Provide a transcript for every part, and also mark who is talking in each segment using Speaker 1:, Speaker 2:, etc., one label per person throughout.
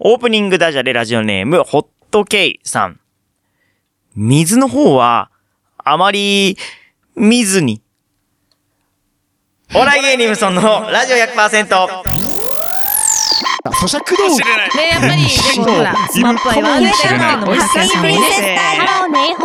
Speaker 1: オープニングダジャレラジオネーム、ホットケイさん。水の方は、あまり、見ずに。お笑い芸人無尊のラジオ100%。
Speaker 2: 咀嚼道具
Speaker 3: ねやっぱりでもほらスマップアイはね
Speaker 4: 知らない
Speaker 3: のも発散
Speaker 5: プリンセス
Speaker 3: ね
Speaker 5: タイハローネイホー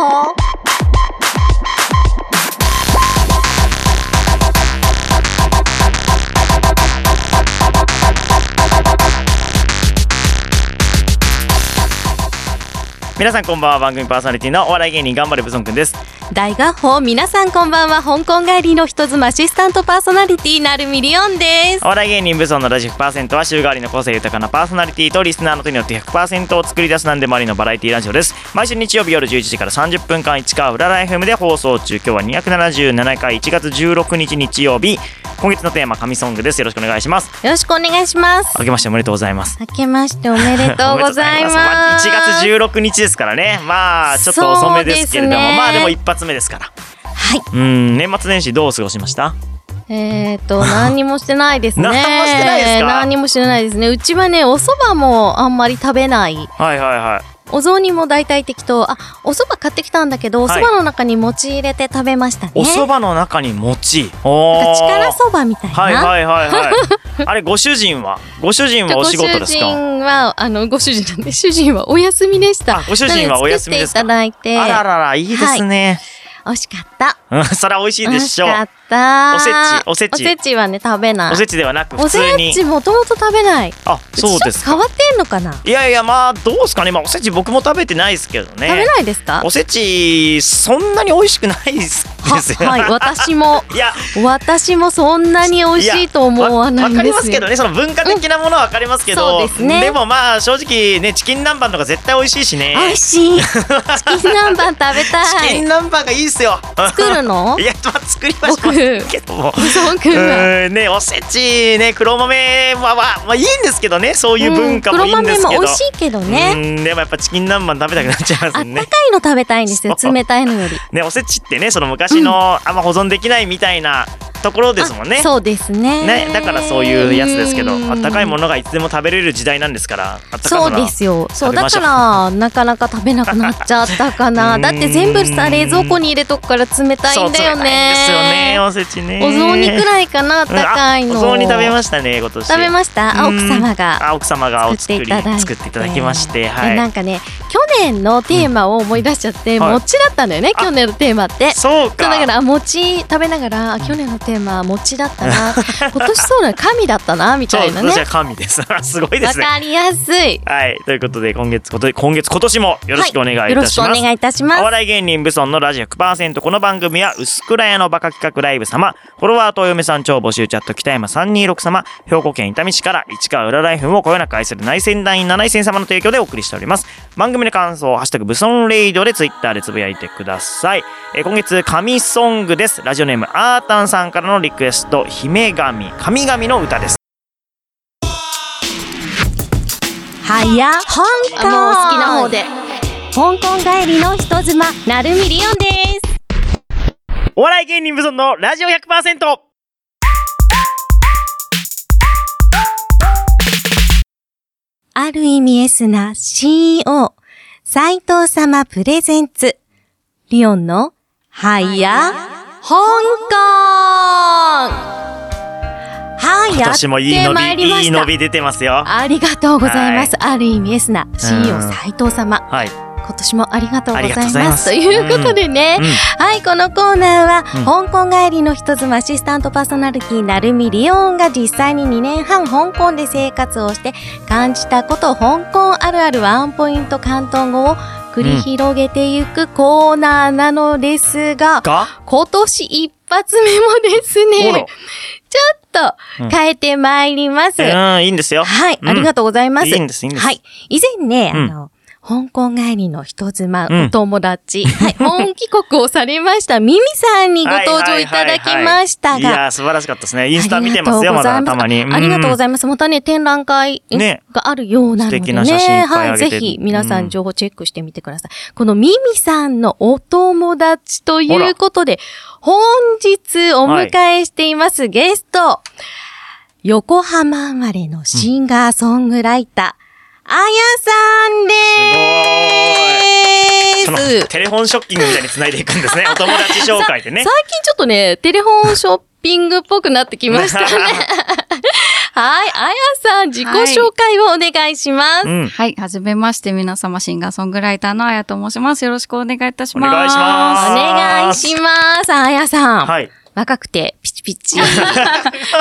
Speaker 1: 皆さんこんばんは、番組パーソナリティのお笑い芸人、頑張れブソンくんです。
Speaker 4: 大合法皆さんこんばんは香港帰りの人妻アシスタントパーソナリティなるミリオンです
Speaker 1: お笑い芸人ブソンのラジオ100%は週替わりの個性豊かなパーソナリティとリスナーの手によって100%を作り出すなんでもありのバラエティラジオです毎週日曜日夜11時から30分間市川うらら FM で放送中今日は277回1月16日日曜日今月のテーマ神ソングですよろしくお願いします
Speaker 4: よろしくお願いします
Speaker 1: 明けましておめでとうございます
Speaker 4: 明けましておめでとうござい
Speaker 1: おめでとうごあ
Speaker 4: ます
Speaker 1: 1月16日ですからねまあちょっと遅めですけれども、
Speaker 4: そうですね
Speaker 1: まあでも一発目ですから
Speaker 4: はい
Speaker 1: うん年末年始どう過ごしました
Speaker 4: えーと何にもしてないですね
Speaker 1: 何もしてないですか
Speaker 4: 何もしてないですねうちはねお蕎麦もあんまり食べない
Speaker 1: はいはいはい
Speaker 4: お雑煮も大体適当あお蕎麦買ってきたんだけどお蕎麦の中に餅入れて食べましたね
Speaker 1: お蕎
Speaker 4: なん
Speaker 1: 麦
Speaker 4: か
Speaker 1: の中に餅おー
Speaker 4: 力そばみたいな
Speaker 1: はいはいはい はい。あれご主人はご主人はお仕事です
Speaker 4: ご主
Speaker 1: か。
Speaker 4: 人はあのご主人なんで 主人はお休みでした
Speaker 1: あご主人はお休みですか
Speaker 4: なの作ってい
Speaker 1: あ
Speaker 4: た
Speaker 1: ら
Speaker 4: だいて
Speaker 1: ららいいですね。
Speaker 4: 美味しかった
Speaker 1: うんそれは美味しい
Speaker 4: 美
Speaker 1: で
Speaker 4: 味し
Speaker 1: しょう。
Speaker 4: かった
Speaker 1: おせちおせち
Speaker 4: おせちはね食べない
Speaker 1: おせちではなく
Speaker 4: お
Speaker 1: 普通に
Speaker 4: せち。もともと食べない
Speaker 1: あそうです
Speaker 4: ちょっと変
Speaker 1: か。
Speaker 4: わってんのかな、
Speaker 1: いやいやまあどうですかね。まあおせち僕も食べてないですけど
Speaker 4: 食べ
Speaker 1: ね。
Speaker 4: ないですか
Speaker 1: おせちそんなに美味しくないですですよ。
Speaker 4: ははい私も
Speaker 1: いや。
Speaker 4: 私もそんなに美味しいと思わないんで
Speaker 1: わ
Speaker 4: すよ
Speaker 1: かりますけどねその文化的なものはわかりますけど、
Speaker 4: うんそうですね
Speaker 1: もまあ正直ねチキン南蛮とか絶対美味しいしね
Speaker 4: 美味しいチキン南蛮食べ
Speaker 1: チ
Speaker 4: た
Speaker 1: キン
Speaker 4: い
Speaker 1: 南蛮がいいっすよ
Speaker 4: 作 るの
Speaker 1: いやまあ作りはしますけども
Speaker 4: そうくんは
Speaker 1: うーんねおせちね黒豆は、まあ、まあいいんですけどねそういう文化もいいんですけど、
Speaker 4: うん黒豆も美味しいけどね
Speaker 1: うーんでもやっぱチキン南蛮食べたくなっちゃいま
Speaker 4: あっ
Speaker 1: す
Speaker 4: たかい
Speaker 1: ね
Speaker 4: の食べたいんですよ
Speaker 1: そう
Speaker 4: 冷たいのより
Speaker 1: ねおせちってねその昔の、あんま保存できないみたいなところですもんね
Speaker 4: あそうですね
Speaker 1: ねだからそういうやつですけど
Speaker 4: うん
Speaker 1: あったかいものがいつでも食べれる時代なんですからあったかい
Speaker 4: そ
Speaker 1: も
Speaker 4: う
Speaker 1: の
Speaker 4: で
Speaker 1: は
Speaker 4: すよそ
Speaker 1: 食
Speaker 4: う
Speaker 1: べ
Speaker 4: だ
Speaker 1: まし
Speaker 4: か
Speaker 1: ょう
Speaker 4: らなかなか食べなくなっちゃった か
Speaker 1: う
Speaker 4: なんだって全部さ冷蔵庫に入れとくから冷たいんだよ
Speaker 1: そう冷たいんですよね
Speaker 4: ね
Speaker 1: おせちね
Speaker 4: お雑煮く
Speaker 1: い
Speaker 4: らいかなあったかいの
Speaker 1: お雑煮食べ
Speaker 4: し
Speaker 1: ましたね今年
Speaker 4: 食べましたあ
Speaker 1: うん
Speaker 4: 奥様が
Speaker 1: あ奥様がお
Speaker 4: 作
Speaker 1: 作
Speaker 4: って
Speaker 1: り
Speaker 4: いただいて
Speaker 1: 作っていただきましては
Speaker 4: で
Speaker 1: い
Speaker 4: なんかね去年のテーマを思い出しちゃって
Speaker 1: うんはい
Speaker 4: 餅だったんだよね
Speaker 1: あ
Speaker 4: 去年のテーマって
Speaker 1: そう
Speaker 4: そ
Speaker 1: か
Speaker 4: うだからあ餅食べながらあ去年のテーマは餅だったな今年そうだ神だったなみたいな
Speaker 1: そう
Speaker 4: ね
Speaker 1: 私は神です すごいで
Speaker 4: わ
Speaker 1: すね
Speaker 4: かりやすい
Speaker 1: はいということで今月こと今月今年もよろしくお願いいた
Speaker 4: は
Speaker 1: し
Speaker 4: よ
Speaker 1: ま
Speaker 4: ろ
Speaker 1: す、
Speaker 4: しくお願いいたしま
Speaker 1: お
Speaker 4: す
Speaker 1: 笑い芸人ブソンのラジオ100%この番組は薄倉屋のバカ企画ライブ様フォロワーとお嫁さん超募集チャット北山326様兵庫県伊丹市から市川裏ライフをこよなく愛する内戦団員7戦様の提供でお送りしております番組の感想「ハッシュタグブソンレイド」でツイッターでつぶやいてください、えー今月神ソングですラジオネームアータンさんからのリクエスト「姫神神々の歌」です
Speaker 4: はや香
Speaker 3: あもう好きな方で
Speaker 4: 香港帰りの人妻なるみりおんです
Speaker 1: お笑い芸人ブソンのラジオ100%
Speaker 4: ある意味エスな CEO 斉藤様プレゼンツリオンのはや香港はい
Speaker 1: 今
Speaker 4: やっ
Speaker 1: 年もいい
Speaker 4: て
Speaker 1: 伸
Speaker 4: まい
Speaker 1: び
Speaker 4: りま
Speaker 1: いい
Speaker 4: し
Speaker 1: 伸
Speaker 4: た
Speaker 1: び出てますよ
Speaker 4: ありがとうございます、ある意味エスな CEO 斉藤様
Speaker 1: はい、
Speaker 4: 今年もありがとうござい
Speaker 1: ありが
Speaker 4: ます
Speaker 1: とうございま
Speaker 4: と
Speaker 1: す
Speaker 4: いうことでね、
Speaker 1: うん
Speaker 4: はい、このコーナーは、香港帰りの人妻アシスタントパーソナリティなるみりおんが実際に2年半香港で生活をして感じたこと香港あるあるワンポイント広東語を繰り広げていくコーナーなのですが、
Speaker 1: が
Speaker 4: 今年一発目もです
Speaker 1: ほら
Speaker 4: ね、ちょっ
Speaker 1: うん
Speaker 4: と変えてまいります。
Speaker 1: うん、いいんですよ。
Speaker 4: はい、
Speaker 1: うん
Speaker 4: ありがとうございます。
Speaker 1: いいんです、いいんです。
Speaker 4: はい。。以前ね、
Speaker 1: うん
Speaker 4: あの、香港帰りの人妻、
Speaker 1: うん
Speaker 4: お友達、 はい、本帰国をされましたミミさんにご登場いただきました
Speaker 1: いや
Speaker 4: が、
Speaker 1: ー、素晴らしかったですね。イ
Speaker 4: イ
Speaker 1: ンスタ見てますよ、まだたまに。
Speaker 4: ありがとうございます。またね、展覧会
Speaker 1: ね
Speaker 4: があるようなので
Speaker 1: 素敵
Speaker 4: ね。
Speaker 1: な写真いっぱい
Speaker 4: は
Speaker 1: あ
Speaker 4: い、
Speaker 1: げて
Speaker 4: ぜひ皆さ
Speaker 1: うん
Speaker 4: ん情報チェックしてみてください。このミミさんのお友達ということで、本日お迎えしていますゲスト、横浜生まれのシンガーソングライター、あやさんでーす
Speaker 1: そのテレフォンショッキングみたいに繋いでいくんですね。お 友達紹介でね
Speaker 4: 最。近ちょっとね、テレフォンショッピングっぽくなってきましたね。 はい、あやさん、自己紹介をお願いします。
Speaker 1: うん。
Speaker 2: はい、はじめまして、皆様、シンガーソングライターのあやと申します。よろしくお願いいたします。
Speaker 1: お願いしま
Speaker 4: お
Speaker 1: す
Speaker 4: 願いします。あやさん、
Speaker 1: はい。
Speaker 4: 若くてピチピチ。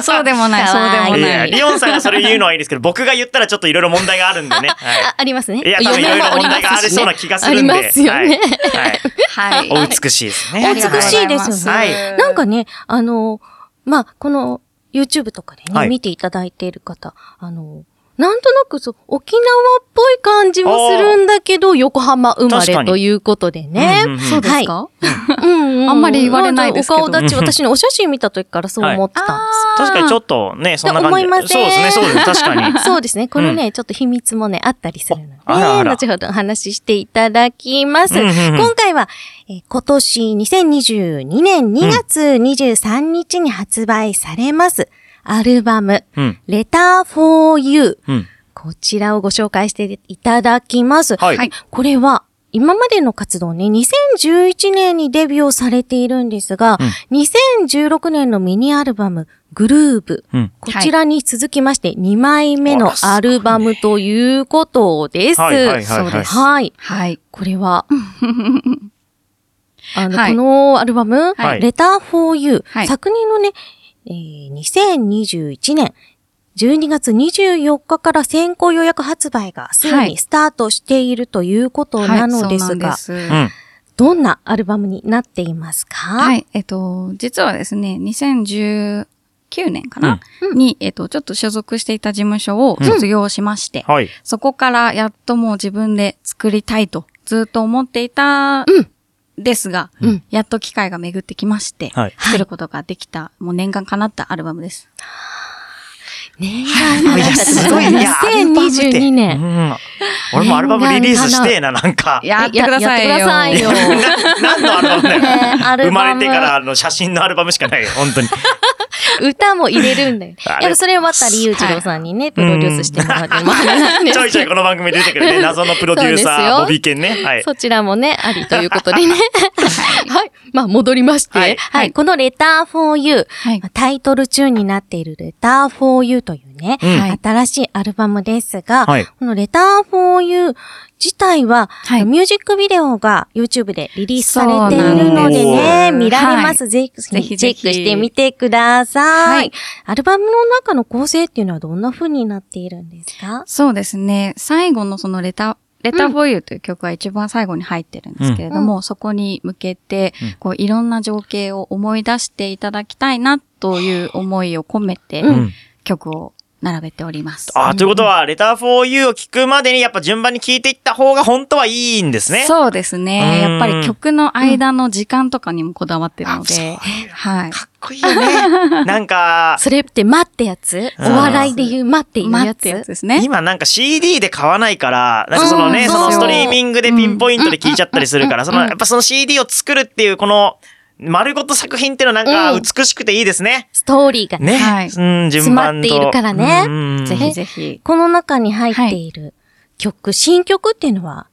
Speaker 2: そうでもない、
Speaker 4: か
Speaker 2: そう
Speaker 4: わいい
Speaker 2: で
Speaker 1: い
Speaker 2: も
Speaker 1: や
Speaker 2: ないい。
Speaker 1: やリオンさんがそれ言うのはいいですけど、僕が言ったらちょっといろいろ問題がある んでね。は
Speaker 4: あ、ありますね。
Speaker 1: い。いや、多分いろいろ問題がありそうな気がするんで。
Speaker 4: ありますよね。
Speaker 1: はい。 はい
Speaker 2: はい。
Speaker 1: お美しいですね。
Speaker 4: お美しいですよね。
Speaker 1: はい
Speaker 4: なんかね、あの、まあ、この YouTube とかでね、
Speaker 1: はい
Speaker 4: 見ていただいている方、あの、なんとなくそう、沖縄っぽい感じもするんだけど、横浜生ま
Speaker 1: 確か
Speaker 4: れ
Speaker 1: に
Speaker 4: ということでね。
Speaker 1: うんうんうん
Speaker 2: そうですか、
Speaker 4: うんうん
Speaker 2: あんまり言われないですけど
Speaker 4: お顔立 ち、私ね、お写真見た時からそう思ってたんです。
Speaker 1: 確かにちょ
Speaker 2: っ
Speaker 1: っとね、そんな感
Speaker 4: 思
Speaker 1: じ
Speaker 4: い
Speaker 1: で。
Speaker 4: ま
Speaker 1: そ
Speaker 4: せん
Speaker 1: うですね、そうですね、確かに。
Speaker 4: そうですね。これね、ちょっと秘密もね、あったりするので、
Speaker 1: おあらあら
Speaker 4: 後ほどお話ししていただきます。
Speaker 1: うんうんうん
Speaker 4: 今回は、えー今年2022年2月23日に発売されます、アルバム、
Speaker 1: うん。
Speaker 4: Letter for You。
Speaker 1: うん。
Speaker 4: こちらをご紹介していただきます。
Speaker 1: はい。
Speaker 2: はい
Speaker 4: これは、今までの活動ね、2011年にデビューをされているんですが、2016年のミニアルバム、グルーブ。
Speaker 1: うん。
Speaker 4: こちらに続きまして、2枚目のアルバムということです。
Speaker 1: はいはいはいはい
Speaker 4: そうです。はい。
Speaker 2: はい。
Speaker 4: これ は、あの、
Speaker 2: はい
Speaker 4: このアルバム、
Speaker 1: はい
Speaker 4: レター for You、
Speaker 2: はい
Speaker 4: 昨年のね、えー2021年12月24日から先行予約発売がすで
Speaker 2: は
Speaker 4: に
Speaker 2: い
Speaker 4: スタートしているということなのですが、
Speaker 2: はいそうなんです
Speaker 1: うん。
Speaker 4: どんなアルバムになっていますか。
Speaker 2: はいい、えっと、実はですね、2019年かな、
Speaker 4: うん
Speaker 2: に、えっと、ちょっと所属していた事務所を卒業しまして、
Speaker 1: はい。
Speaker 2: そこからやっともう自分で作りたいとずっと思っていた
Speaker 4: うん
Speaker 2: ですが、
Speaker 4: うん
Speaker 2: やっと機会が巡ってきまして、
Speaker 1: はい。
Speaker 4: はい
Speaker 2: 作ることができた、もう念願叶ったアルバムです。
Speaker 4: ねえ、あ
Speaker 1: い
Speaker 4: な
Speaker 1: や、
Speaker 4: たたち
Speaker 1: すごい。いや、アルバムで
Speaker 4: 2022年。
Speaker 1: うん。俺もアルバムリリースしてえな、なんか。
Speaker 2: やってくださいよ。
Speaker 4: ややってくださいよ。
Speaker 1: 何のアルバムだよ。
Speaker 4: ねアル
Speaker 1: 生
Speaker 4: バム
Speaker 1: まれてからの写真のアルバムしかないよ、本当に。
Speaker 4: 歌も入れるんだよ。
Speaker 1: あれ
Speaker 4: やっぱそれを渡り裕次郎さんにね、プロデュースしてもらってます なんですけど。
Speaker 1: ちょいちょいこの番組出てくるね、謎のプロデュー
Speaker 4: そうで
Speaker 1: サ
Speaker 4: す
Speaker 1: ー、
Speaker 4: よ
Speaker 1: ボビケンね。はい。
Speaker 4: そちらもね、ありということでね。はい。まあ、戻りまして。
Speaker 1: は
Speaker 4: はいい。このレター for you。
Speaker 2: はい。
Speaker 4: タイトル中になっているレター for you というね、
Speaker 1: うん
Speaker 2: はい
Speaker 4: 新しいアルバムですが、
Speaker 1: はい
Speaker 4: このレター for you 自体は、
Speaker 2: はい
Speaker 4: ミュージックビデオが YouTube でリリースされているので
Speaker 1: そう
Speaker 4: ね、
Speaker 2: なんです
Speaker 4: 見られます。ぜひ、
Speaker 2: ぜ
Speaker 4: チ
Speaker 2: ひぜ
Speaker 4: ェッ
Speaker 2: ひ
Speaker 4: クしてみてください,、
Speaker 2: はい
Speaker 4: アルバムの中の構成っていうのはどんな風になっているんですか
Speaker 2: そうですね。最後のそのレタ、レタフォーユーという曲は一番最後に入ってるんですけれども、そこに向けて
Speaker 1: うん、
Speaker 2: こういろんな情景を思い出していただきたいなという思いを込めて
Speaker 4: う、
Speaker 1: うん
Speaker 2: 曲を並べております。
Speaker 1: あー、ということは、レター for you を聞くまでに、やっぱ順番に聞いていった方が本当はいいんですね。
Speaker 2: そうですね。
Speaker 1: うん
Speaker 2: やっぱり曲の間の時間とかにもこだわってるので、はい。
Speaker 1: かっこいいよね。 なんか、
Speaker 4: それって待ってやつお
Speaker 1: うん
Speaker 4: 笑いで言う待っている
Speaker 2: 待
Speaker 4: や
Speaker 2: っ
Speaker 4: つ
Speaker 2: てやつですね。
Speaker 1: 今なんか CD で買わないから、なんかそのね、
Speaker 4: うん
Speaker 1: その
Speaker 4: そう
Speaker 1: ストリーミングでピンポイントで聞いちゃったりするから、その、やっぱその CD を作るっていう、この、丸ごと作品っていうのはなん
Speaker 4: うん
Speaker 1: か美しくていいですね。
Speaker 4: ストーリーがね
Speaker 1: ね。
Speaker 2: はい
Speaker 1: うん、順番と。
Speaker 4: 詰まっているからね
Speaker 1: うん
Speaker 2: ぜひぜひ。
Speaker 4: この中に入っている曲、新曲っていうのは、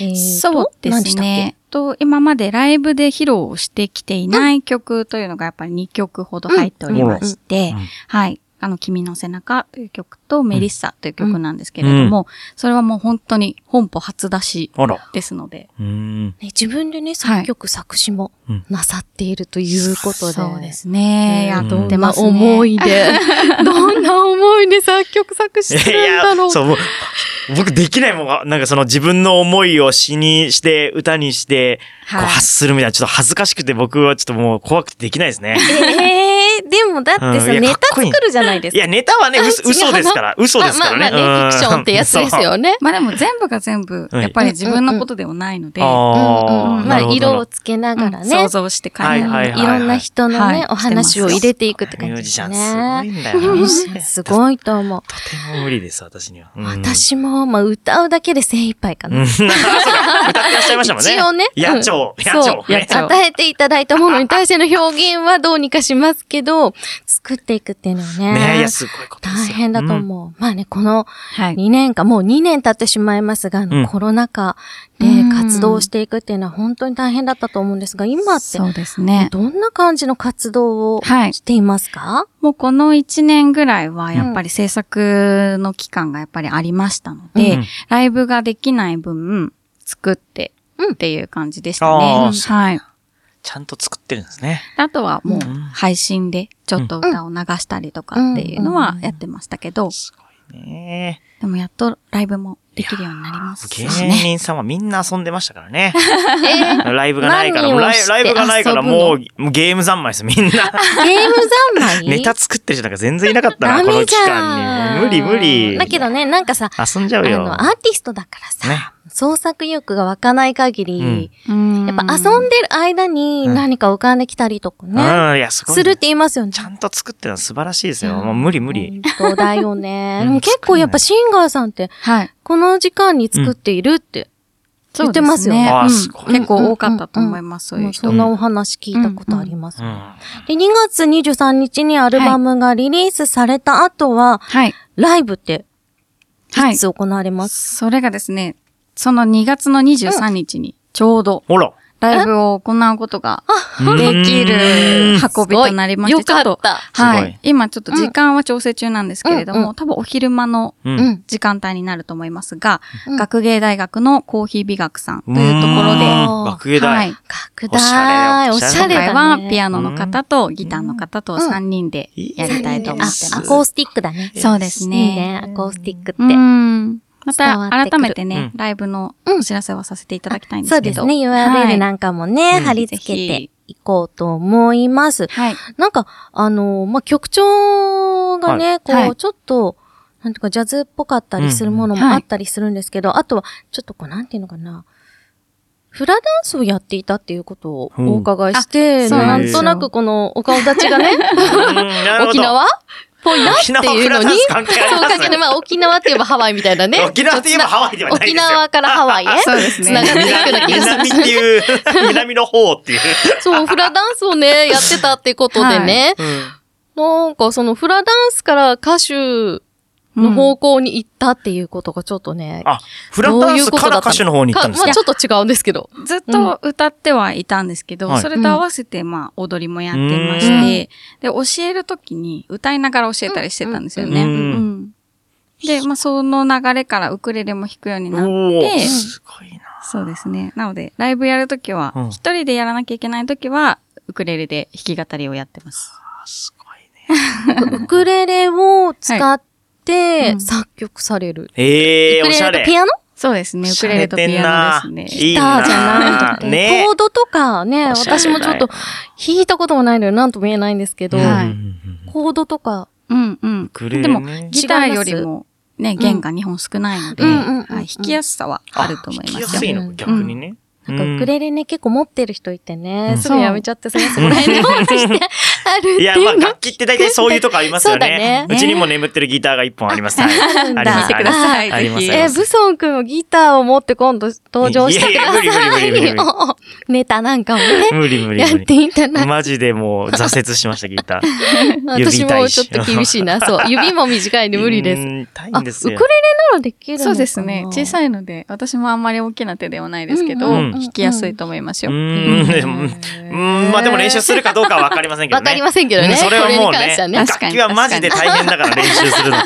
Speaker 4: えーと
Speaker 2: そうで
Speaker 4: 何し
Speaker 2: す
Speaker 4: たっけ
Speaker 2: ね。と、今までライブで披露してきていない曲というのがやっぱり2曲ほど入っておりまして
Speaker 1: うんうん、
Speaker 2: はい。あの、君の背中という曲とメリッサという曲なんですけれども、それはもう本当に本舗初出し
Speaker 1: あら。
Speaker 2: ですので。
Speaker 1: うん。
Speaker 4: ね、自分でね、作曲、作詞も
Speaker 1: うん
Speaker 4: なさっているということで。
Speaker 2: そうですね。や
Speaker 1: うん
Speaker 2: って
Speaker 4: どんな
Speaker 2: ますね。
Speaker 4: 思いで、どんな思いで作曲作詞
Speaker 1: い
Speaker 4: するんだろう。
Speaker 1: そう、もう僕できないもんが、なんかその自分の思いを詩にして、歌にして、こう
Speaker 2: はい
Speaker 1: 発するみたいな、ちょっと恥ずかしくて僕はちょっともう怖くてできないですね。
Speaker 4: えー、でもだってさ、
Speaker 1: うんいや
Speaker 4: ネタ
Speaker 1: かっこ
Speaker 4: 作
Speaker 1: いい
Speaker 4: るじゃない です
Speaker 1: い
Speaker 4: か。
Speaker 1: や、ネタはね、
Speaker 4: あ
Speaker 1: 嘘
Speaker 4: 違う
Speaker 1: 嘘ですから。嘘ですからね。
Speaker 4: あまあまあね、フィクションってやつですよ ね。
Speaker 2: まあでも全部が全部、
Speaker 1: はい
Speaker 2: やっぱり自分のことではないので、
Speaker 4: うんうん
Speaker 1: ああー、
Speaker 4: ま
Speaker 1: な
Speaker 4: あ、
Speaker 1: るほど
Speaker 4: 色をつけながら
Speaker 2: うん想
Speaker 4: ね、
Speaker 2: 像して書い
Speaker 1: は
Speaker 2: て
Speaker 1: いはい
Speaker 4: いろんな人の
Speaker 2: はい
Speaker 4: ね、お話を入れていくって感じ
Speaker 1: ミュー
Speaker 4: で
Speaker 1: ジ
Speaker 4: す
Speaker 1: シャンすごい
Speaker 4: ね。
Speaker 1: んだよ
Speaker 4: ミュー
Speaker 1: な。
Speaker 4: ジシャンすごいと思う。
Speaker 1: とても無理です、私には。うん
Speaker 4: 私も、まあ、歌うだけで精一杯か
Speaker 1: う
Speaker 4: な。
Speaker 1: ん そうか歌ってらっしゃいましたもんね。
Speaker 4: 一応ねうん
Speaker 1: 野鳥、野鳥ね。
Speaker 2: やっちゃう
Speaker 4: 与えていただいたものに対しての表現はどうにかしますけど、作っていくっていうのはね。
Speaker 1: ねえ、いや、すごいことで
Speaker 4: 大
Speaker 1: すよ。
Speaker 4: 変だと
Speaker 1: うん。
Speaker 4: 思う。まあね、この
Speaker 2: はい。
Speaker 4: 2年間、もう2年経ってしまいますが、あの
Speaker 1: うん
Speaker 4: コロナ禍で
Speaker 2: うん
Speaker 4: 活動していくっていうのは本当に大変だったと思うんですが、今って
Speaker 2: そうですね。
Speaker 4: どんな感じの活動を
Speaker 2: はい
Speaker 4: していますか、
Speaker 2: もうこの1年ぐらいはやっぱり制作の期間がやっぱりありましたので、
Speaker 1: うん
Speaker 2: ライブができない分作って
Speaker 4: うん
Speaker 2: っていう感じでした
Speaker 1: あ
Speaker 2: ね。
Speaker 1: ー
Speaker 2: はい。
Speaker 1: ちゃんと作ってるんですね。
Speaker 2: あとはもう
Speaker 1: うん
Speaker 2: 配信でちょっと歌を流したりとかっていうのはやってましたけど、
Speaker 1: すごいね。
Speaker 2: でもやっとライブもできるようになりますし
Speaker 1: 芸
Speaker 2: ね。
Speaker 1: 人さんはみんな遊んでましたからね。
Speaker 4: えー
Speaker 1: ライブがないから、
Speaker 4: 何
Speaker 1: も
Speaker 4: を
Speaker 1: うライ
Speaker 4: して
Speaker 1: ライブがないから
Speaker 4: 遊ぶの
Speaker 1: もうもうゲーム三昧です、みんな。
Speaker 4: ゲーム三 昧
Speaker 1: ネタ作ってる人なんか全然いなかったな、
Speaker 4: ダ
Speaker 1: この
Speaker 4: メ
Speaker 1: 期
Speaker 4: じゃ
Speaker 1: 間
Speaker 4: ん。
Speaker 1: に。無理無理。
Speaker 4: だけどね、なんかさ、
Speaker 1: 遊んじゃ
Speaker 4: あ
Speaker 1: うよ。
Speaker 4: の、アーティストだからさ、
Speaker 1: ね
Speaker 4: 創作意欲が湧かない限り、
Speaker 1: うん
Speaker 4: や
Speaker 2: や
Speaker 4: っぱ遊んでる間に
Speaker 1: うん
Speaker 4: 何か浮かんできたりとかね、
Speaker 1: うん、いや、すごい。
Speaker 4: するって言いますよね
Speaker 1: ち。ゃんと作ってるのは素晴らしいですよ。もう無理無理。
Speaker 4: 本当だよね。
Speaker 1: うん
Speaker 4: でも結構やっぱシンガーさんって、
Speaker 2: はい。
Speaker 4: この時間に作っているって、言ってますよね
Speaker 1: あー
Speaker 2: そうですすね
Speaker 1: ごい
Speaker 2: うん結構多かったと思います、そう
Speaker 4: も
Speaker 2: いうう
Speaker 4: そ
Speaker 2: 人。
Speaker 4: んなお話聞いたことあります。
Speaker 1: う
Speaker 4: で、
Speaker 1: ん。
Speaker 4: 2月23日にアルバムがリリースされた後は、
Speaker 2: はい。
Speaker 4: ライブって、
Speaker 2: はい
Speaker 4: いつ行われます
Speaker 2: それがですね、その2月の23日にちょうど
Speaker 1: ほら。
Speaker 2: ライブを行うことができる
Speaker 1: うん
Speaker 2: 運びとなりまして、
Speaker 3: よかっ
Speaker 2: ちょっと
Speaker 3: た。
Speaker 1: すごい
Speaker 2: はい。今ちょっと時間は調整中なんですけれど
Speaker 4: うんうん
Speaker 2: も、多分お昼間の
Speaker 1: う。
Speaker 4: うん
Speaker 2: 時間帯になると思いますが、
Speaker 4: うん
Speaker 2: 学芸大学のコーヒー美学さんというところで、
Speaker 1: う
Speaker 2: は
Speaker 1: ん学芸
Speaker 2: い
Speaker 1: 大。。
Speaker 4: 拡大。
Speaker 1: お
Speaker 4: お
Speaker 1: し
Speaker 4: し
Speaker 1: ゃれ
Speaker 4: ゃれだ
Speaker 2: 今
Speaker 4: ね。
Speaker 2: 回はピ
Speaker 4: ア
Speaker 2: アノの方とギターの方と
Speaker 4: うん
Speaker 2: 3人でやりたいと思ってます。
Speaker 1: ノ
Speaker 4: あ、アコースティックだね。
Speaker 2: そうですね
Speaker 4: いいね、アコースティックって。
Speaker 2: うん。ま
Speaker 4: 伝わ
Speaker 2: た
Speaker 4: ってくる
Speaker 2: 改めて
Speaker 1: うん
Speaker 2: ね、ライブの
Speaker 4: うん
Speaker 2: お知らせはさせていただきたいんで
Speaker 4: そう
Speaker 2: すけ
Speaker 4: で
Speaker 2: ど。
Speaker 4: すね。
Speaker 2: は
Speaker 4: URL
Speaker 2: い
Speaker 4: なんかもね、
Speaker 1: うん
Speaker 4: 貼り付けて
Speaker 2: ぜひ
Speaker 4: いこうと思います。
Speaker 2: はい。
Speaker 4: なんか、あのーまあ、曲調がね、こう、
Speaker 2: はい
Speaker 4: ちょっと、なんていうか、ジャズっぽかったりするもの
Speaker 2: うん
Speaker 4: もあったりするんですけど、あとは、ちょっとこう、なんていうのかな、フラダンスをやっていたっていうことをお伺いして、
Speaker 2: うんあそう
Speaker 4: な
Speaker 2: なん
Speaker 4: ん
Speaker 2: ですよ
Speaker 4: となくこのお顔立ちがね、
Speaker 1: うんなるほど
Speaker 3: 沖縄っぽいなって
Speaker 1: 沖縄
Speaker 3: いうのに、
Speaker 1: フラダンス関係あり
Speaker 3: そう
Speaker 1: ます
Speaker 3: かけて、まあ沖縄って言えばハワイみたいなね。
Speaker 1: 沖縄といえばハワイではないです
Speaker 3: 沖
Speaker 1: よ。
Speaker 3: 縄からハワイへ。
Speaker 2: そうですね
Speaker 3: つながっていくような気がする
Speaker 1: 南っていう、南の方っていう。
Speaker 3: そう、フラダンスをね、やってたってことでね。なんかそのフラダンスから歌手の方向に行ったっていうことがちょっとね。
Speaker 1: あ、フラダンスから歌手の方に行ったんです
Speaker 3: ま
Speaker 1: か
Speaker 3: あちょっと違うんですけ ど。
Speaker 2: ずっと歌ってはいたんですけど、
Speaker 1: はい
Speaker 2: それと合わせて、まあ、踊りもやってまして、
Speaker 1: うん
Speaker 2: で、教えるときに歌いながら教えたりしてたんですよね。
Speaker 1: うん
Speaker 2: うんで、まあ、その流れからウクレレも弾くようになっ
Speaker 1: おー
Speaker 2: て、
Speaker 1: すごいな。
Speaker 2: そうですね。なので、ライブやるときは
Speaker 1: うん、
Speaker 2: 一人でやらなきゃいけないときは、ウクレレで弾き語りをやってます。
Speaker 1: あすごいね。
Speaker 4: ウクレレを使って、
Speaker 2: はいうん
Speaker 4: 作曲される。
Speaker 1: ええ、
Speaker 4: ウ
Speaker 1: お
Speaker 4: ク
Speaker 1: しゃ
Speaker 4: レレ
Speaker 1: れ
Speaker 4: と。ピアノ
Speaker 2: そうですね。ウクレレとピアノですね。
Speaker 1: いい
Speaker 4: ギタ
Speaker 1: な
Speaker 4: ーじゃない
Speaker 1: ね
Speaker 4: コードとかね、
Speaker 1: おしゃれ
Speaker 4: 私
Speaker 1: だよ
Speaker 4: もちょっと弾いたこともないので何とも言えないんですけど、
Speaker 2: うんはい
Speaker 4: コードとか、
Speaker 2: うんうん。
Speaker 1: くれ
Speaker 2: でも、
Speaker 1: ね。
Speaker 2: ギターよりも、ね、弦が2本少ないので、
Speaker 4: うんうんうんうん
Speaker 2: はい弾きやすさはあると思います
Speaker 1: 弾
Speaker 2: よ
Speaker 1: きや。すいのか逆にね。
Speaker 4: なんかウクレレね、結構持ってる人いてね、
Speaker 1: うん
Speaker 4: すぐやめちゃって、それすごい大変なことしてあるって
Speaker 1: いや、
Speaker 4: い
Speaker 1: まあ、
Speaker 4: うの
Speaker 1: 楽器って大体そういうとこありますよ
Speaker 4: そうだ
Speaker 1: ね
Speaker 4: ね。
Speaker 1: うちにも眠ってるギターが一本あります。はい
Speaker 4: あるん
Speaker 1: ありま
Speaker 4: だ
Speaker 1: す。
Speaker 2: 聞いてください
Speaker 1: あります。
Speaker 2: ぜひ
Speaker 1: あり
Speaker 4: え、
Speaker 1: ます
Speaker 4: ブソン君もギターを持って今度登場してくだ
Speaker 1: いやいや無
Speaker 4: さ
Speaker 1: 理無理無理無
Speaker 4: い
Speaker 1: 理。
Speaker 4: お ネタなんかもね、
Speaker 1: 無理無理
Speaker 4: やっ
Speaker 1: 無
Speaker 4: て
Speaker 1: 理。
Speaker 4: いいんじゃない
Speaker 1: マジでもう挫折しました、ギター。
Speaker 3: 私もちょっと厳しいな。そう。指も短いんで無理です。
Speaker 1: す。痛い
Speaker 4: あ、
Speaker 1: ん
Speaker 4: ウク
Speaker 1: で
Speaker 4: レ
Speaker 1: す
Speaker 4: レ
Speaker 1: よ
Speaker 4: な。らできるのか
Speaker 2: そ
Speaker 4: な
Speaker 2: うですね。小
Speaker 4: い
Speaker 2: さいので、私もあんまり大きな手ではないですけど、
Speaker 1: うんうんうん
Speaker 2: 弾きやすいと思います
Speaker 1: う
Speaker 2: よ。
Speaker 1: ーん、でもうん、まあでも練習するかどうかはわかりませんけど
Speaker 3: わ
Speaker 1: ね。
Speaker 3: かりませんけど
Speaker 1: う
Speaker 3: ね。
Speaker 1: んそれはもう
Speaker 3: こに関しては
Speaker 1: ね、
Speaker 3: ね。
Speaker 1: 楽器はマジで大変だから練習するの。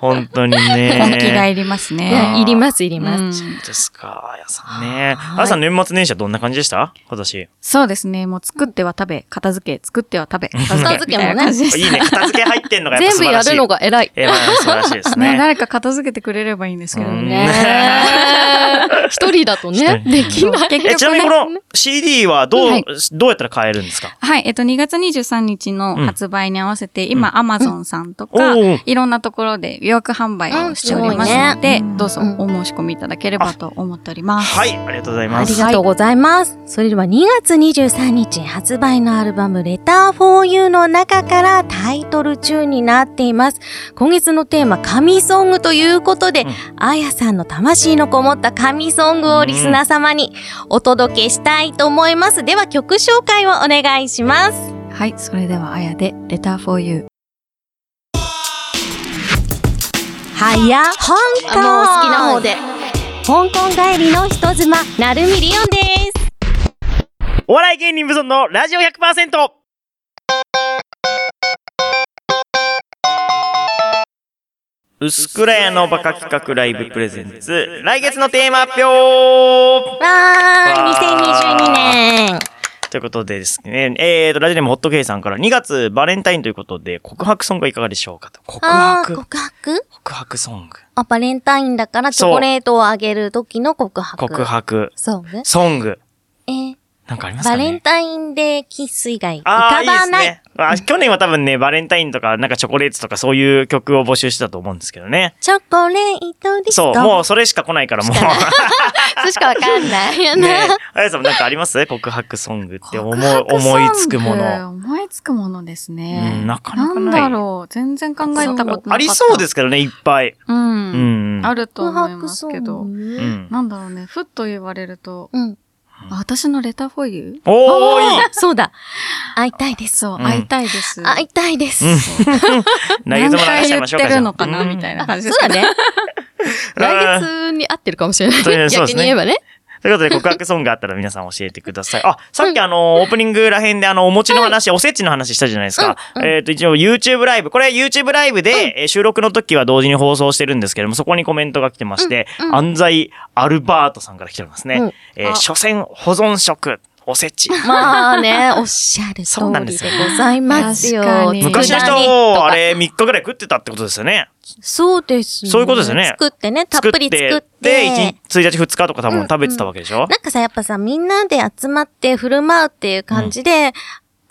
Speaker 1: 本当にね。
Speaker 2: 本気がいります
Speaker 4: い
Speaker 2: ね。
Speaker 4: や、いります、いります。
Speaker 2: うん
Speaker 1: そうですか、あやさんね。あやさん年末年始はどんな感じでした今年。
Speaker 2: そうですね。もう作っては食べ、片付け、作っては食べ、片
Speaker 3: 片
Speaker 2: 付
Speaker 3: 付
Speaker 2: け
Speaker 3: け
Speaker 2: みた
Speaker 3: もね
Speaker 2: いな感じでし
Speaker 1: いいね、片付け入ってんのがやっぱ
Speaker 3: 全
Speaker 1: 素
Speaker 3: 部
Speaker 1: 晴
Speaker 3: や
Speaker 1: らしい。
Speaker 3: るのが偉い。
Speaker 1: えーまあ素晴らしいです
Speaker 2: た。ね、
Speaker 1: ね。
Speaker 2: 誰か片付けてくれればいいんですけど
Speaker 1: うん
Speaker 2: ね。
Speaker 3: ね え。一人だとね、できない。
Speaker 2: 結
Speaker 1: えちなみにこ
Speaker 2: 局ね
Speaker 1: の CD はどう、
Speaker 3: はい
Speaker 1: どうやったら買えるんですか
Speaker 2: はい、えっと、2月23日の発売に合わせて、今、Amazon さんとか、
Speaker 1: おー
Speaker 2: いろんなところで予約販売をしておりますので、どうぞお申し込みいただければと思っております。
Speaker 1: はい、ありがとうござい
Speaker 4: あ
Speaker 1: ま
Speaker 4: り
Speaker 1: す。
Speaker 4: がとうございます。それでは2月23日発売のアルバム、レター for you の中からタイトル中になっています。今月のテーマ、神ソングということで、
Speaker 1: うん
Speaker 4: あやさんの魂のこもった神ソングをリスナー様にお届けしたいと思います。では曲紹介をお願いします。
Speaker 2: はい、それではあやで、レター for you。
Speaker 4: はや、香港
Speaker 3: もう好きな方で。
Speaker 4: 香港帰りの人妻、なるみりおんです。
Speaker 1: お笑い芸人無存のラジオ 100%! 薄暗屋のバカ企画ライブプレゼンツ、来月のテーマ発表
Speaker 4: わー、2022年。
Speaker 1: ということでですね、えーと、ラジオネームホットケイさんから2月バレンタインということで、告白ソングはいかがでしょうかと。告
Speaker 4: あー、
Speaker 1: 白
Speaker 4: 告白
Speaker 1: 告白ソング。
Speaker 4: あ、バレンタインだからチ
Speaker 1: そう
Speaker 4: ョコレートをあげる時の告白。
Speaker 1: 告。白。
Speaker 4: そう
Speaker 1: ソング。
Speaker 4: えー
Speaker 1: なんかありますか
Speaker 4: バ
Speaker 1: ね
Speaker 4: レンタインデーキス以外浮
Speaker 1: あ
Speaker 4: か
Speaker 1: あ、いいで
Speaker 4: ば
Speaker 1: す
Speaker 4: ない。
Speaker 1: ね。あ去年は多分ね、バレンタインとか、なんかチョコレートとかそういう曲を募集してたと思うんですけどね。
Speaker 4: チョコレートです
Speaker 1: そう、もうそれしか来ないからもう。
Speaker 3: それしかわかんない。やな。
Speaker 1: ねえ、あやさんもなんかあります告白ソングって思う
Speaker 2: 告白ソング
Speaker 1: 思いつくもの。。
Speaker 2: 思いつくものですね。
Speaker 1: うんなかなかない
Speaker 2: んだろう。全然考えたことなかった。。
Speaker 1: ありそうですすけどね、いっぱい。
Speaker 2: う。
Speaker 1: うんん。
Speaker 2: あると
Speaker 4: 告
Speaker 2: 思いま
Speaker 4: 白
Speaker 2: す
Speaker 4: ソ
Speaker 2: けど。
Speaker 4: ン
Speaker 1: う
Speaker 4: グ。
Speaker 1: ん。
Speaker 2: なんだろうね。ふっと言われると、
Speaker 4: うん。
Speaker 2: あ私のレター for you?
Speaker 1: おーい
Speaker 4: あーそうだ。会いたいです。
Speaker 2: そう、
Speaker 1: うん
Speaker 2: 会いたいです。
Speaker 4: 会いたいです。
Speaker 1: うん
Speaker 4: そう
Speaker 1: 来
Speaker 2: 何
Speaker 1: 月も流
Speaker 2: 回
Speaker 1: しちゃい
Speaker 2: 言
Speaker 1: ま
Speaker 2: っ
Speaker 1: しょうか。
Speaker 2: てるのか
Speaker 1: じ
Speaker 2: な
Speaker 1: ゃあ
Speaker 2: みたいな。感じです
Speaker 4: だね。
Speaker 3: 来
Speaker 1: うん
Speaker 3: 月に合ってるかもしれない。
Speaker 1: そうですね
Speaker 3: 逆に言えばね。
Speaker 1: ということで、告白ソングあったら皆さん教えてください。あ、さっきあの、オープニングらへんであの、お餅の話、おせちの話したじゃないですか。えっと、一応 YouTube ライブ、これ YouTube ライブで、えー収録の時は同時に放送してるんですけども、そこにコメントが来てまして、安西アルバートさんから来ておりますね。
Speaker 3: うん
Speaker 1: えー、
Speaker 2: あ
Speaker 1: 所詮保存食、おせ ち。
Speaker 4: まあね、 おっしゃる通
Speaker 1: そうなん
Speaker 4: り
Speaker 1: で
Speaker 4: です
Speaker 1: よ
Speaker 4: ございますよ
Speaker 2: 確か。に
Speaker 1: 昔の
Speaker 4: 佃煮
Speaker 1: 人、あれ、3日ぐらい食ってたってことですよね。
Speaker 4: そうです、
Speaker 1: そういうことですよね
Speaker 4: 作ってね、 たっぷり作って。
Speaker 1: で、1日、1日2日とか多分食べてたわけでしょ
Speaker 4: なんかさ、やっぱさ、みんなで集まって振る舞うっていう感じで、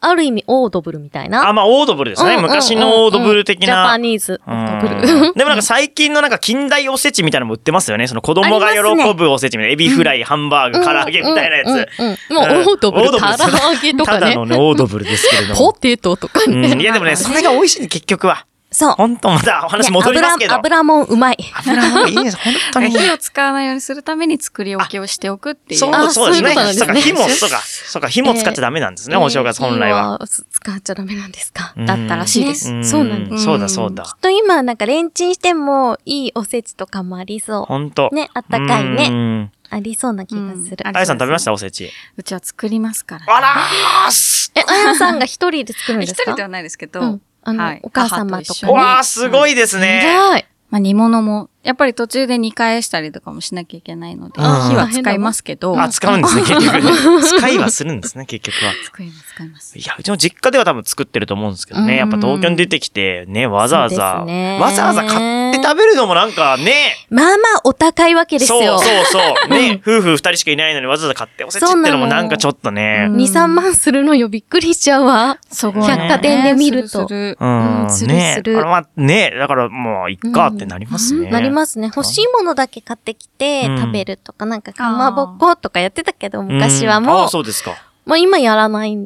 Speaker 4: ある意味オードブルみたいな。
Speaker 1: あ、まあ、オードブルですね。
Speaker 4: うんうんうんうん
Speaker 1: 昔のオードブル的
Speaker 4: ジャ
Speaker 1: な
Speaker 4: パ。ニーズオ
Speaker 1: う
Speaker 4: ードブル。
Speaker 1: んでもなんか最近のなんか近代おせちみたいなのも売ってますよね。その子供が
Speaker 4: ありますね
Speaker 1: 喜ぶおせちみたいな。エビフライ、ハンバーグ、唐揚げみたいなやつ。
Speaker 3: うんうんうんうんもうオードブ
Speaker 1: オー
Speaker 3: ル、
Speaker 1: ドブ
Speaker 3: 唐
Speaker 1: ルです
Speaker 3: 揚げと
Speaker 1: た
Speaker 3: か
Speaker 1: だ
Speaker 3: ね
Speaker 1: の。 ね、オードブルですけれど
Speaker 3: ポ
Speaker 1: も。
Speaker 3: テトとか
Speaker 1: うん
Speaker 3: ね。
Speaker 1: いやでもね、それが美味しいね、結局は。
Speaker 4: そう。
Speaker 1: ほんとまたお話戻りますけど。
Speaker 4: いや油油もんうまい。
Speaker 1: 油もいいです、本当に。
Speaker 2: 火を使わないようにするために作り置きをしておくって いう。
Speaker 1: そう
Speaker 3: あ
Speaker 1: そうですね
Speaker 3: そういうことなん。です
Speaker 1: そう
Speaker 3: ね
Speaker 1: か、火も、そうか、そうか、火も使っちゃダメなんですね、お正月本来は。
Speaker 3: えー。火使っちゃダメなんですか。
Speaker 1: うん
Speaker 3: だったらしいです。
Speaker 1: ん
Speaker 3: そうなんです。
Speaker 1: そうだ、そうだ。
Speaker 4: と今、なんかレンチンしてもいいおせちとかもありそ
Speaker 1: ほんと
Speaker 4: う。。ね、あったかいね。
Speaker 1: ね。
Speaker 4: ありそうな気がする。
Speaker 2: うん
Speaker 1: あやさん食べましたおせち。
Speaker 2: うちは作りますから、
Speaker 1: あらーす
Speaker 4: え、あやさんが一人で作るんで
Speaker 2: 一
Speaker 4: すか
Speaker 2: 人ではないですけど、
Speaker 3: うん
Speaker 4: あの、
Speaker 2: はい
Speaker 4: お母様と
Speaker 2: 母と一
Speaker 4: か
Speaker 2: 緒
Speaker 4: ね
Speaker 2: に
Speaker 1: う。わー、すごいですね。
Speaker 3: 偉い。
Speaker 2: まあ煮物も、やっぱり途中で煮返したりとかもしなきゃいけないので、火
Speaker 1: あー
Speaker 2: は使いますけど、
Speaker 1: あ、使うんです ね、結局ね。使いはするんですね、結局は。
Speaker 2: 作ります、使います。
Speaker 1: いや、うちの実家では多分作ってると思うんですけど
Speaker 2: うんうん
Speaker 1: ね。やっぱ東京に出てきて、ね、わざわ
Speaker 4: そ
Speaker 1: ざ、
Speaker 4: うですね
Speaker 1: わざわざ買って食べるのもなんかね、
Speaker 4: まあまあお高いわけです
Speaker 1: そう
Speaker 4: よ。
Speaker 1: そうそう。ね、夫婦二人しかいないのにわざわざ買っておせちってのもなんかちょっと
Speaker 2: う
Speaker 1: ね。
Speaker 2: ん
Speaker 3: 2、3万するのよ、びっくりしちゃうわ。
Speaker 2: そ
Speaker 1: ね百貨
Speaker 4: 店で見ると
Speaker 2: する
Speaker 1: う
Speaker 3: うんんす、る
Speaker 1: ね
Speaker 3: する
Speaker 1: あれはね、だからもう、いっかってなりますね。
Speaker 4: なりますね。欲しいものだけ買ってきて
Speaker 1: うん
Speaker 4: 食べるとか、なんかかまぼっことかやってたけど、
Speaker 1: うん。
Speaker 4: 昔はも
Speaker 1: あ、
Speaker 4: う、
Speaker 1: そうですか。
Speaker 4: もう今やらない、
Speaker 1: ん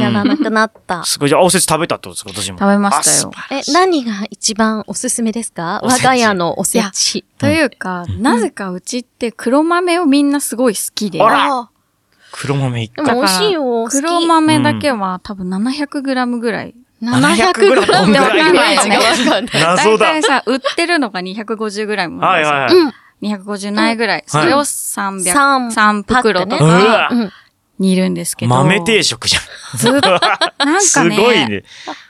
Speaker 4: やらなくなった。
Speaker 1: すごい。じゃあ、おせち食べたってことですか、私も。
Speaker 2: 食べましたよ
Speaker 1: あ。素晴
Speaker 4: え
Speaker 1: らし、い
Speaker 4: 何が一番おすすめですか
Speaker 1: おせ
Speaker 4: 我
Speaker 1: ち
Speaker 4: が家のおせち。
Speaker 2: というか、なぜかうちって黒豆をみんなすごい好きで、
Speaker 1: あら黒豆一
Speaker 4: で
Speaker 1: 個。
Speaker 4: も美味しいよ。好き
Speaker 2: 黒豆だけは多分 700g ぐらい。
Speaker 1: 700g
Speaker 2: どんぐらい
Speaker 3: イメージがわかんない。
Speaker 1: 謎だ
Speaker 2: 大体。さ、売ってるのが 250g も
Speaker 1: はいはいはい。
Speaker 4: うん。
Speaker 2: 250ないぐらい。それを300、
Speaker 4: 三
Speaker 2: 3袋
Speaker 4: パ
Speaker 2: と
Speaker 1: う
Speaker 4: ック
Speaker 2: か
Speaker 1: わ
Speaker 3: うん
Speaker 2: 煮るんですけど。
Speaker 1: 豆定食じゃん。
Speaker 2: ずっと、なん
Speaker 1: す
Speaker 2: か
Speaker 1: ごい
Speaker 2: ね、
Speaker 1: ね。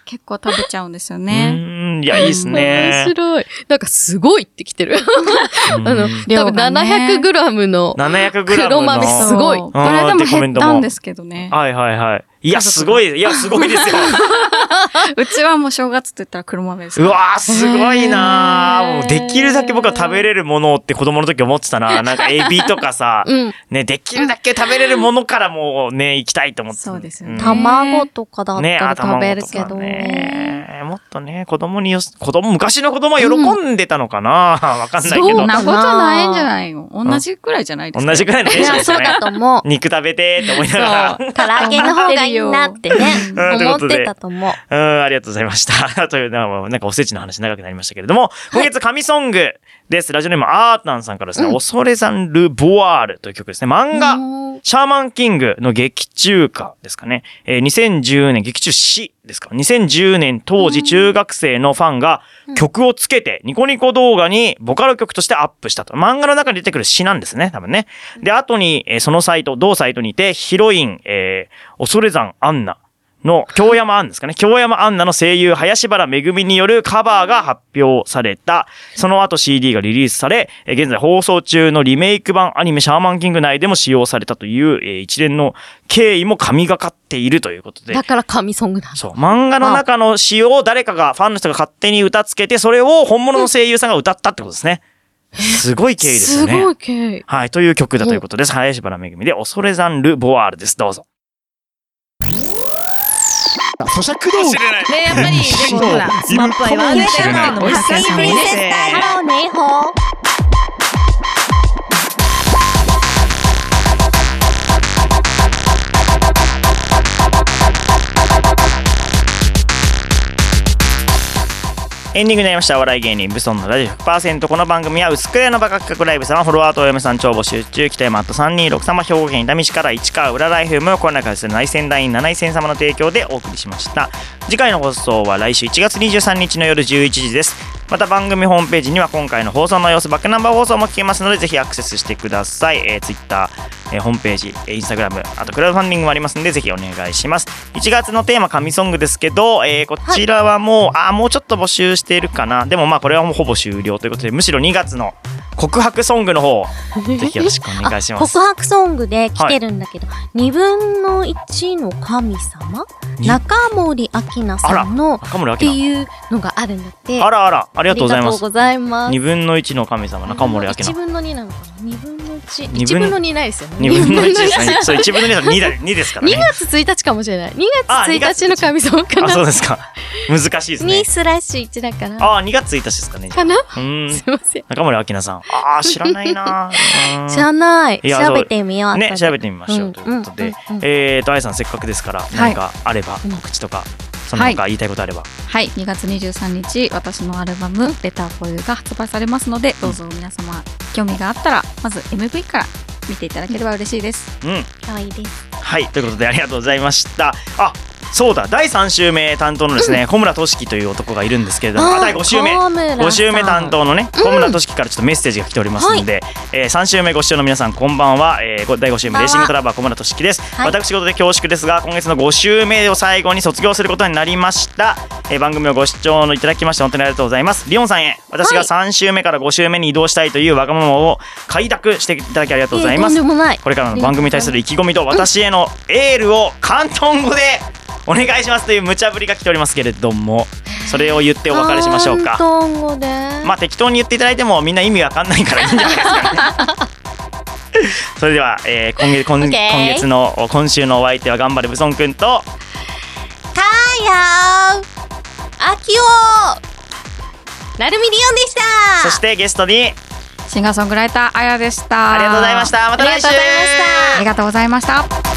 Speaker 2: 結構食べちゃうんですよ
Speaker 1: う
Speaker 2: ね。
Speaker 1: ーん、いや、いいですね
Speaker 3: 面。白い。なんかすごいってきてる。
Speaker 1: あ
Speaker 3: あの、多分
Speaker 2: 量がね
Speaker 3: 700グラムの。
Speaker 1: 700グラム
Speaker 3: 黒
Speaker 1: の。
Speaker 3: 豆すごい
Speaker 2: そうこれで
Speaker 1: あー
Speaker 2: も
Speaker 1: ってコメ
Speaker 2: 減
Speaker 1: ン
Speaker 2: っ
Speaker 1: トも
Speaker 2: たんですけどね。
Speaker 1: はいはいはい。いや、すごい、いや、すごいですよ。
Speaker 2: うちはもう正月って言ったら黒豆です
Speaker 1: う
Speaker 2: から。
Speaker 1: わー、すごいなー。
Speaker 3: へー
Speaker 1: もう、できるだけ僕は食べれるものって子供の時思ってたな。なんか、エビとかさ、
Speaker 3: うん。
Speaker 1: ね、できるだけ食べれるものからもうね、行きたいと思ってた。
Speaker 2: そうですよね
Speaker 1: ん
Speaker 4: 卵とかだっ
Speaker 1: ね、
Speaker 4: たら食べる
Speaker 1: 頭
Speaker 4: けど。
Speaker 1: ね。もっとね、子供によす、子供、昔の子供は喜んでたのかなわかんないけ
Speaker 3: そ
Speaker 2: そ
Speaker 1: ど
Speaker 2: ん。な
Speaker 4: だ
Speaker 2: ことないんじゃないの同じくらいじゃないですか。
Speaker 1: 同じくらいのテ
Speaker 4: い
Speaker 1: ンション
Speaker 4: や、
Speaker 1: です
Speaker 4: そう
Speaker 1: よね
Speaker 4: だ。と思う。
Speaker 1: 肉食べてーって思いなが、
Speaker 4: そう。唐揚げの方がいいなってね
Speaker 1: うんという
Speaker 4: 思
Speaker 1: こ
Speaker 4: っ
Speaker 1: とで
Speaker 4: てたと思う。
Speaker 1: ら。うん、ありがとうございました。 という、なんかなんかおせちの話長くなりましたけれども、今月神ソングです。ラジオネームアータンさんからですね、恐れざるボワールという曲ですね。漫画。
Speaker 3: うん
Speaker 1: シャーマンキングの劇中歌ですかね。えー2010年、劇中詩ですか。2010年当時中学生のファンが曲をつけてニコニコ動画にボカロ曲としてアップしたと。漫画の中に出てくる詩なんですね、多分ね。で、後に、えーそのサイト、同サイトにてヒロイン、えー、恐れ山アンナ。の、京山アンですかね。京山アンナの声優、林原めぐみによるカバーが発表された。その後 CD がリリースされ、えー現在放送中のリメイク版アニメシャーマンキング内でも使用されたという、えー一連の経緯も神がかっているということで
Speaker 3: だ。から神ソングなんだ。
Speaker 1: そう。漫画の中の詩を誰かが、ファンの人が勝手に歌つけて、それを本物の声優さんが歌ったってことですね。すご い経緯ですよね。
Speaker 3: すごい経緯。
Speaker 1: はい、という曲だということです。林原めぐみで、恐れざんるボワールです。どうぞ。
Speaker 5: 咀嚼道具
Speaker 6: ねやっぱり、でもほら、スマップ愛はあるけど、お久しぶりです。
Speaker 4: ハローネイホー。
Speaker 1: エンディングになりました。お笑い芸人、ブソンのラジオ100%。この番組は、薄くれのバカ企画ライブ様、フォロワーとお嫁さん、超募集中、北山と326様、兵庫県伊丹市から市川浦ライフム、この中でする内戦団員7 0 0様の提供でお送りしました。次回の放送は来週1月23日の夜11時です。また番組ホームページには今回の放送の様子、バックナンバー放送も聞けますので、ぜひアクセスしてください。えー、Twitter、えーホームページ、えー Instagram、あとクラウドファンディングもありますので、ぜひお願いします。1月のテーマ、神ソングですけど、えーこちらはもう、あーもうちょっと募集しているかな。でもまあ、これはもうほぼ終了ということで、むしろ2月の告白ソングの方を、ぜひよろしくお願いしま
Speaker 4: 告
Speaker 1: す。
Speaker 4: 白ソングで来てるんだけど、二分の一の神様
Speaker 1: に
Speaker 4: 中森明菜さんのっ
Speaker 1: 中森
Speaker 4: て
Speaker 1: 明菜。
Speaker 4: いうのがあるんだって
Speaker 1: あらあら、あり
Speaker 4: あ
Speaker 1: がとうございま
Speaker 4: りがとう
Speaker 1: す。
Speaker 4: ございます
Speaker 1: 2分の1の神様、中森明
Speaker 4: 一
Speaker 1: 菜。
Speaker 4: 分の二なのかな二分の一
Speaker 1: 二
Speaker 3: 一
Speaker 1: 分
Speaker 3: 分の二ないですよね。
Speaker 1: 2分の1
Speaker 3: 二
Speaker 1: です ね。
Speaker 3: 2
Speaker 1: そう、1分の2だ、2だ、2ですからね。
Speaker 3: 月1日かもしれない。2
Speaker 1: あ
Speaker 3: 月1日の神ソングか
Speaker 1: あ、
Speaker 3: な。
Speaker 1: そうですか。難しいですね
Speaker 4: 二。スラッシュ一だから
Speaker 1: ああ、2月1日ですかね。じゃ
Speaker 3: かな
Speaker 1: あうーん
Speaker 3: す。いません。
Speaker 1: 中森明菜さん。ああ、知らないな。うーん
Speaker 4: 知らない
Speaker 1: いやそう
Speaker 4: 調べてみよう
Speaker 1: ね、
Speaker 4: 後で
Speaker 1: 調べてみましょうということで。えーと、あやさん、せっかくですから、何かあれば、告知とか、その他言いたいことあれば。
Speaker 2: はい、2月23日、私のアルバム、レターフォーユーが発売されますので、どうぞ皆様、興味があったら、まず MV から見ていただければ嬉しいです。
Speaker 1: うん。
Speaker 4: 可愛いです
Speaker 1: はい、ということでありがとうございました。あそうだ、第3週目担当のですね、小村俊樹という男がいるんですけれども、あ第5週目。5
Speaker 4: 5
Speaker 1: 週目担当のね、小村俊樹からちょっとメッセージが来ておりますので、えー、3週目ご視聴の皆さんこんばんは、えー、ご第5週目レーシングトラバー小村俊樹です、
Speaker 4: い
Speaker 1: 私事で恐縮ですが今月の5週目を最後に卒業することになりました、えー、番組をご視聴いただきまして本当にありがとうございますリオンさんへ私が3週目から5週目に移動したいというわがままを快諾していただきありがとうございます、
Speaker 4: とんでもない
Speaker 1: これからの番組に対する意気込みと私へのエールを広東語でお願いしますという無茶ぶりが来ておりますけれどもそれを言ってお別れしましょうか
Speaker 4: 広東語で
Speaker 1: まあ適当に言っていただいてもみんな意味わかんないからいいんじゃないですかね それでは、えー今月今
Speaker 4: OK
Speaker 1: 今月の今週のお相手は頑張れブソンくんと
Speaker 4: かやうあきおなるみりおんでした
Speaker 1: そしてゲストに
Speaker 2: シンガーソングライター、あやでした。
Speaker 1: ありがとうございましたまた来週
Speaker 4: ありがとうございました
Speaker 2: ありがとうございました。